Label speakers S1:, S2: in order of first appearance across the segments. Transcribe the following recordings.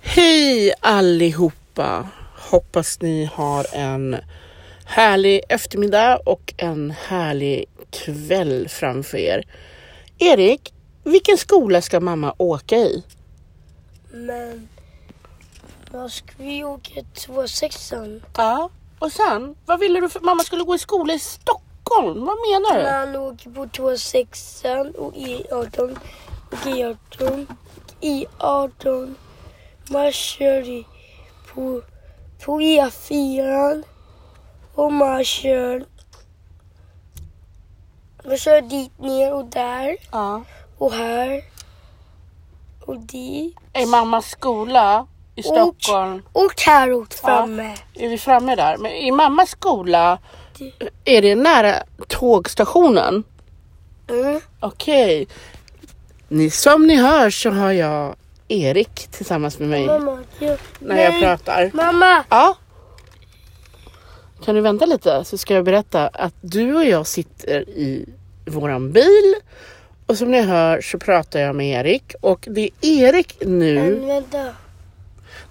S1: Hej allihopa! Hoppas ni har en härlig eftermiddag och en härlig kväll framför er. Erik, vilken skola ska mamma åka i?
S2: Men vad ska vi åka två sexan?
S1: Ja. Och sen, vad ville du för mamma skulle gå i skola i Stockholm? Vad menar du?
S2: Man åker på två sexan och E18 och E E18 E18. Man kör i- på, på E4 och man kör man kör dit ner och där
S1: Ja.
S2: och här och dit.
S1: I mammas skola i Stockholm.
S2: Och häråt framme.
S1: Är vi framme där? Men i mammas skola, är det nära tågstationen?
S2: Mm.
S1: Okej. Ni, som ni hör så har jag Erik tillsammans med mig
S2: Mamma, jag,
S1: när jag pratar.
S2: Mamma!
S1: Ja. Kan du vänta lite så ska jag berätta att du och jag sitter i våran bil och som ni hör så pratar jag med Erik och det Erik nu
S2: Men vänta.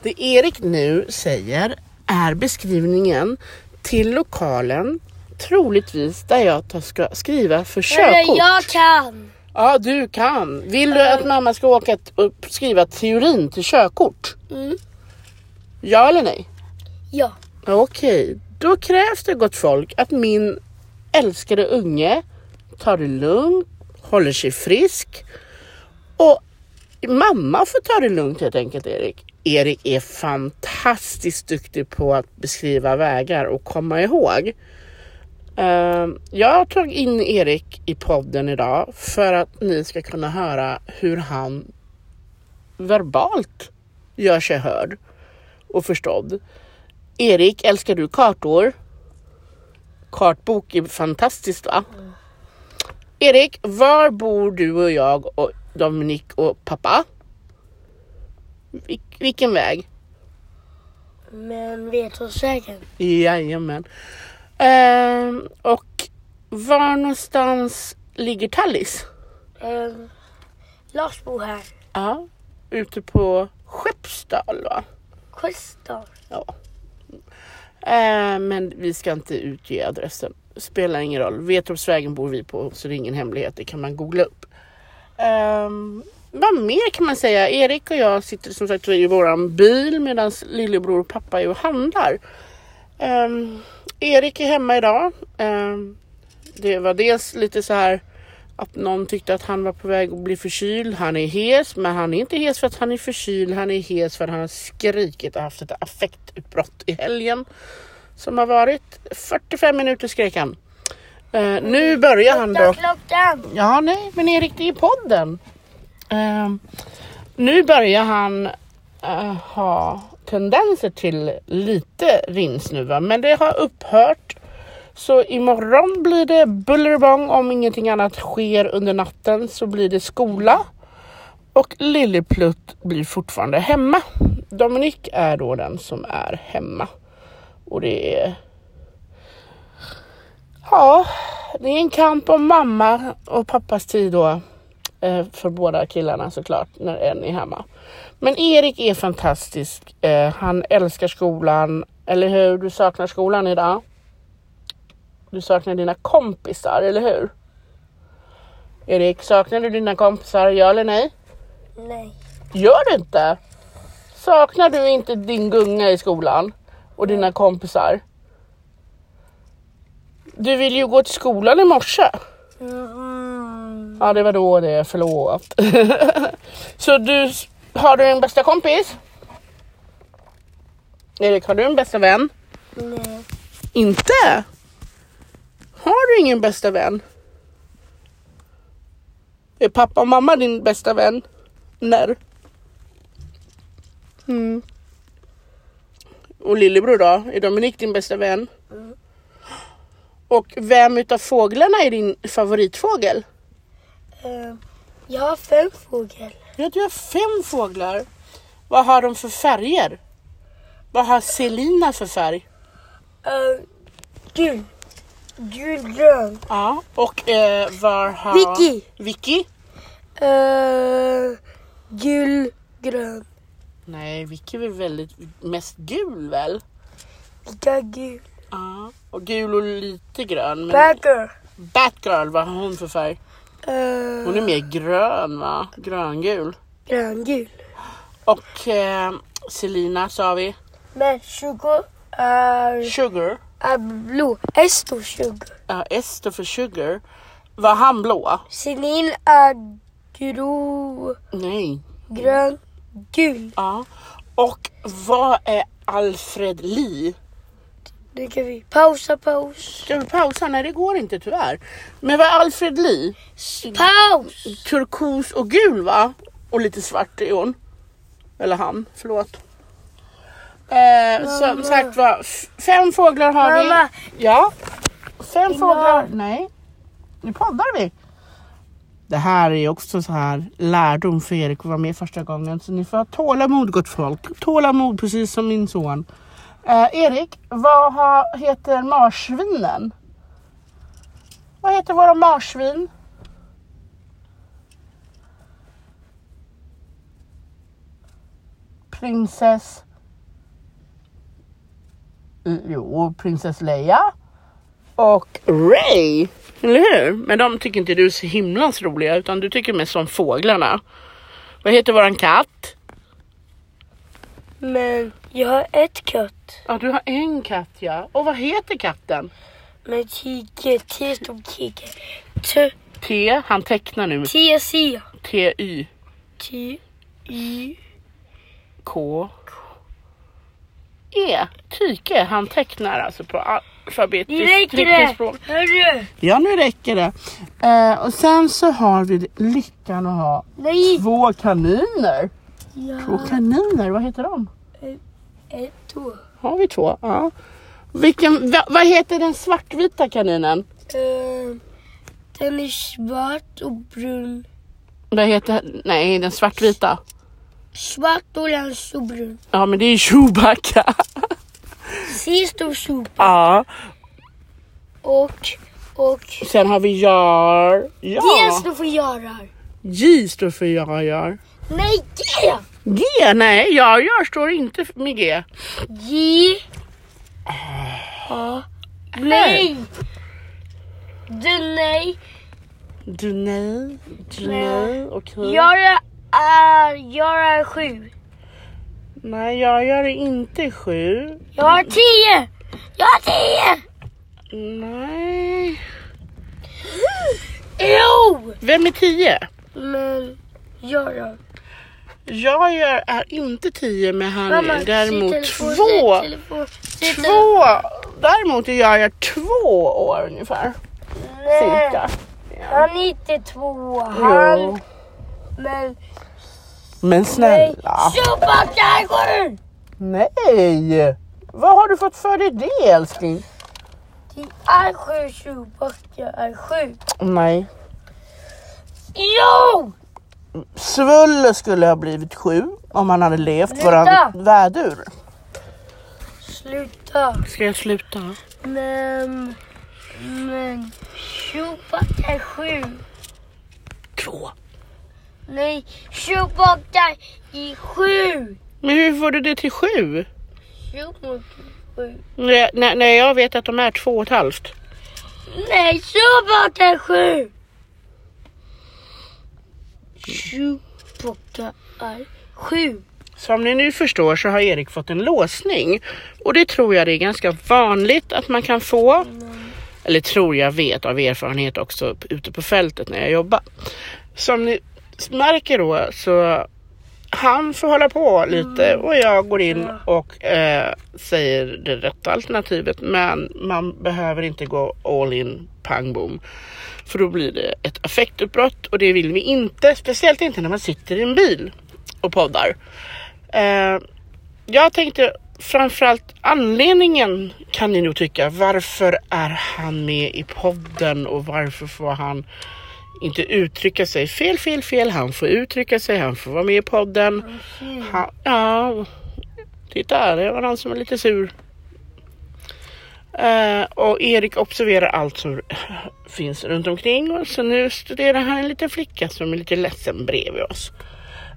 S1: det Erik nu säger är beskrivningen till lokalen, troligtvis där jag tar- ska skriva för körkort.
S2: Jag kan.
S1: Ja, du kan. Vill du att mamma ska åka t- och skriva teorin till körkort?
S2: Mm.
S1: Ja eller nej?
S2: Ja.
S1: Okej, då krävs det gott folk att min älskade unge tar det lugnt, håller sig frisk och mamma får ta det lugnt helt enkelt Erik. Erik är fantastiskt duktig på att beskriva vägar och komma ihåg. Ehm, Jag tog in Erik i podden idag för att ni ska kunna höra hur han verbalt gör sig hörd och förstådd. Erik, älskar du kartor? Kartbok är fantastiskt va? Erik, var bor du och jag och Dominik och pappa? Vil- vilken väg?
S2: Men vet du säkert?
S1: Jajamän. Ehm, och var någonstans ligger Tallis?
S2: Um, Lars bor här.
S1: Ja, ute på Skeppsdal va?
S2: Kvistar.
S1: Ja. Eh, men vi ska inte utge adressen. Spelar ingen roll. Vetorpsvägen bor vi på så det är ingen hemlighet. Det kan man googla upp. Ehm, vad mer kan man säga? Erik och jag sitter som sagt i våran bil medan lillebror och pappa är och handlar. Ehm, Erik är hemma idag. Ehm, det var dels lite så här att någon tyckte att han var på väg att bli förkyld. Han är hes, men han är inte hes för att han är förkyld. Han är hes för att han har skrikit och haft ett affektutbrott i helgen som har varit. 45 minuter skrek han. Eh, nu börjar han dock.
S2: klockan.
S1: Ja, nej, men Erik, det är podden. Ehm, nu börjar han eh, ha tendenser till lite rinsnuva, men det har upphört. Så imorgon blir det bullerbång om ingenting annat sker under natten så blir det skola. Och Lilleplutt blir fortfarande hemma. Dominik är då den som är hemma. Och det är Ja, det är en kamp om mamma och pappas tid då. eh, För båda killarna såklart, när en är hemma. Men Erik är fantastisk. Eh, Han älskar skolan. Eller hur? Du saknar skolan idag. Du saknar dina kompisar, eller hur? Erik, saknar du dina kompisar? Ja eller nej?
S2: Nej.
S1: Gör du inte? Saknar du inte din gunga i skolan och dina kompisar? Du ville ju gå till skolan i morse.
S2: Mm.
S1: Ja, det var då det, förlåt. Så du, har du en bästa kompis? Erik, har du en bästa vän?
S2: Nej.
S1: Inte? Har du ingen bästa vän? Är pappa och mamma din bästa vän? När? Mm. Och lillebror då? Är Dominik din bästa vän? Och vem utav fåglarna är din favoritfågel?
S2: Ehm, jag har fem fågel.
S1: Ja, du har fem fåglar. Vad har de för färger? Vad har Selina för färg?
S2: Ehm, gul. Gulgrön.
S1: Ja, och eh, var har...
S2: Vicky.
S1: Vicky?
S2: Uh, Ehm, gulgrön.
S1: Nej, Vicky är väl väldigt mest gul väl?
S2: Vilka gul.
S1: Ja. Och gul och lite grön. Men
S2: Bagger.
S1: Batgirl, vad har hon för färg?
S2: Uh,
S1: Hon är mer grön va? Gröngul.
S2: Gröngul.
S1: Och eh, Selina sa vi.
S2: Men 20 är,
S1: Sugar.
S2: är blå. Estor 20.
S1: Ja, S står för Sugar. Var han blå?
S2: Celine är grå,
S1: Nej.
S2: grön, gul.
S1: Ja. Och vad är Alfred Lee?
S2: Nu kan vi pausa, paus.
S1: Ska vi pausa? Nej, det går inte tyvärr. Men vad är Alfred Lee?
S2: Paus!
S1: turkos och gul va? Och lite svart är hon. Eller han, förlåt. Eh, som sagt var, f- fem fåglar har
S2: Mamma.
S1: vi. Ja. Fem
S2: Inga.
S1: fåglar. Nej. Nu poddar vi. Det här är också så här lärdom för Erik att vara med första gången. Så ni får ha tålamod gott folk. Tålamod precis som min son. Eh, Erik, vad ha, heter marsvinen? Vad heter våra marsvin? prinsess... Jo, prinsess Leia. Och Ray. Eller hur? Men de tycker inte du är så himlans roliga utan du tycker mest som fåglarna. Vad heter våran katt?
S2: Men jag har ett katt.
S1: Ja, du har en katt ja. Och vad heter katten?
S2: Med Kike, T som Kike. T,
S1: T, han tecknar nu.
S2: T, C.
S1: T-Y-K.
S2: T, I,
S1: E. Tyke, han tecknar alltså på
S2: Nu
S1: alfabetiskt
S2: räcker
S1: riktigt
S2: det!
S1: språk.
S2: Hörru!
S1: Ja, nu räcker det. Eh, och sen så har vi lyckan att ha
S2: Nej!
S1: Två kaniner. Två
S2: Ja,
S1: kaniner, vad heter de?
S2: ett, två.
S1: Har vi två? Ja. Vilken, va, vad heter den svartvita kaninen?
S2: Ehm, Den är svart och brun.
S1: Vad heter, nej den svartvita.
S2: Svart, orange och brun.
S1: Ja men det är Chewbacca.
S2: Sist och sopa.
S1: Ja.
S2: Och, och...
S1: Sen har vi Jar.
S2: G
S1: Ja.
S2: står för görar.
S1: J står för Jar Jar.
S2: Nej, G!
S1: G, nej Jar Jar står inte med G.
S2: G. A. Nej! Du, nej.
S1: Du nej, du nej,
S2: Nej.
S1: okej.
S2: Görar är... Görar äh, är sju.
S1: Nej Jar Jar är inte sju.
S2: Jag har tio! Jag har tio!
S1: Nej.
S2: Jo!
S1: Vem är tio?
S2: Men
S1: Mm,
S2: Göran.
S1: Jag gör, är inte 10 men han
S2: Mamma,
S1: är däremot
S2: se telefon,
S1: två.
S2: se telefon, se telefon.
S1: Två! Däremot är jag, jag två år ungefär.
S2: Nej,
S1: Cirka.
S2: han är inte två. Han...
S1: Jo.
S2: Men...
S1: Men
S2: Nej.
S1: snälla.
S2: Sopa Tiger!
S1: Nej! Vad har du fått för dig det älskling?
S2: Det är sju Chewbacca är sju.
S1: Nej.
S2: Jo!
S1: Svulle skulle ha blivit sju om han hade levt
S2: Sluta!
S1: våran vädur.
S2: Sluta.
S1: Ska jag sluta?
S2: Men... Men... Chewbacca är sju.
S1: Två.
S2: Nej, Chewbacca är sju.
S1: Men hur får du det till sju?
S2: Chewbacca är sju.
S1: Nej, nej, nej jag vet att de är två och ett halvt.
S2: Nej, Chewbacca är sju. Chewbacca är sju.
S1: Som ni nu förstår så har Erik fått en låsning och det tror jag det är ganska vanligt att man kan få. Eller tror jag vet av erfarenhet också p- ute på fältet när jag jobbar. Som ni s- märker då så han får hålla på lite och jag går in och eh, säger det rätta alternativet men man behöver inte gå all in pang bom. För då blir det ett affektutbrott och det vill vi inte. Speciellt inte när man sitter i en bil och poddar. Eh, jag tänkte framförallt anledningen kan ni nog tycka. Varför är han med i podden och varför får han inte uttrycka sig? Fel, fel, fel. Han får uttrycka sig. Han får vara med i podden. Han, ja, titta, det var någon som är lite sur. Eh, och Erik observerar allt som finns runt omkring och så nu studerar han en liten flicka som är lite ledsen bredvid oss.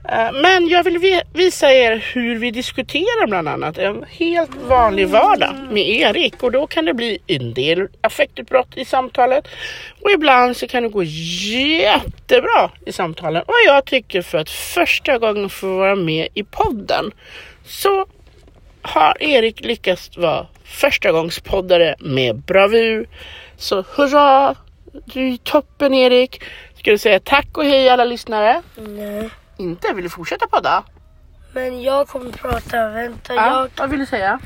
S1: Eh, Men jag vill vi- visa er hur vi diskuterar bland annat en helt vanlig vardag med Erik och då kan det bli en del affektutbrott i samtalet och ibland så kan det gå jättebra i samtalen och jag tycker för att första gången få vara med i podden så har Erik lyckats vara förstagångspoddare med bravur. Så hurra! Du är toppen Erik! Ska du säga tack och hej alla lyssnare?
S2: Nej.
S1: Inte? Vill du fortsätta podda?
S2: Men jag kommer prata, vänta. Jag,
S1: Vad vill du säga?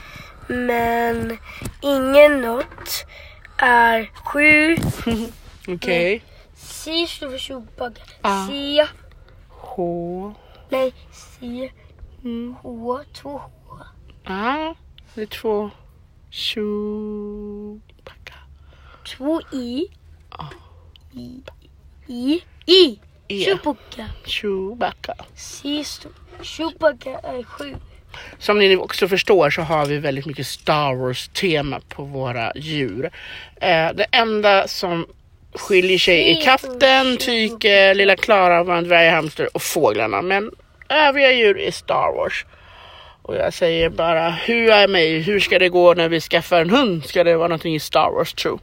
S2: men ingen nåt är sju.
S1: Okej. Mm.
S2: Si skriver tjockbagge.
S1: Ja.
S2: Si.
S1: H.
S2: Nej, si.
S1: Mm.
S2: H. Två H.
S1: Ah, det är två. Chewbacca.
S2: Två i. I. I. I.
S1: E.
S2: Tjockbagge.
S1: Chewbacca.
S2: Si står tjockbagge är sju.
S1: Som ni också förstår så har vi väldigt mycket Star Wars-tema på våra djur. Eh, det enda som skiljer sig är katten, Tyke, lilla Klara, vår dvärghamster och fåglarna. Men övriga djur är Star Wars. Och jag säger bara, hur är mig? Hur ska det gå när vi skaffar en hund? Ska det vara någonting i Star Wars tro?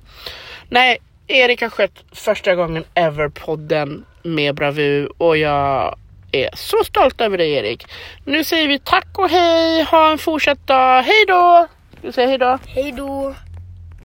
S1: Nej, Erik har skött första gången ever podden med bravur och jag är så stolt över dig Erik. Nu säger vi tack och hej, ha en fortsatt dag, hej då! Ska vi säga hej då?
S2: Hej då.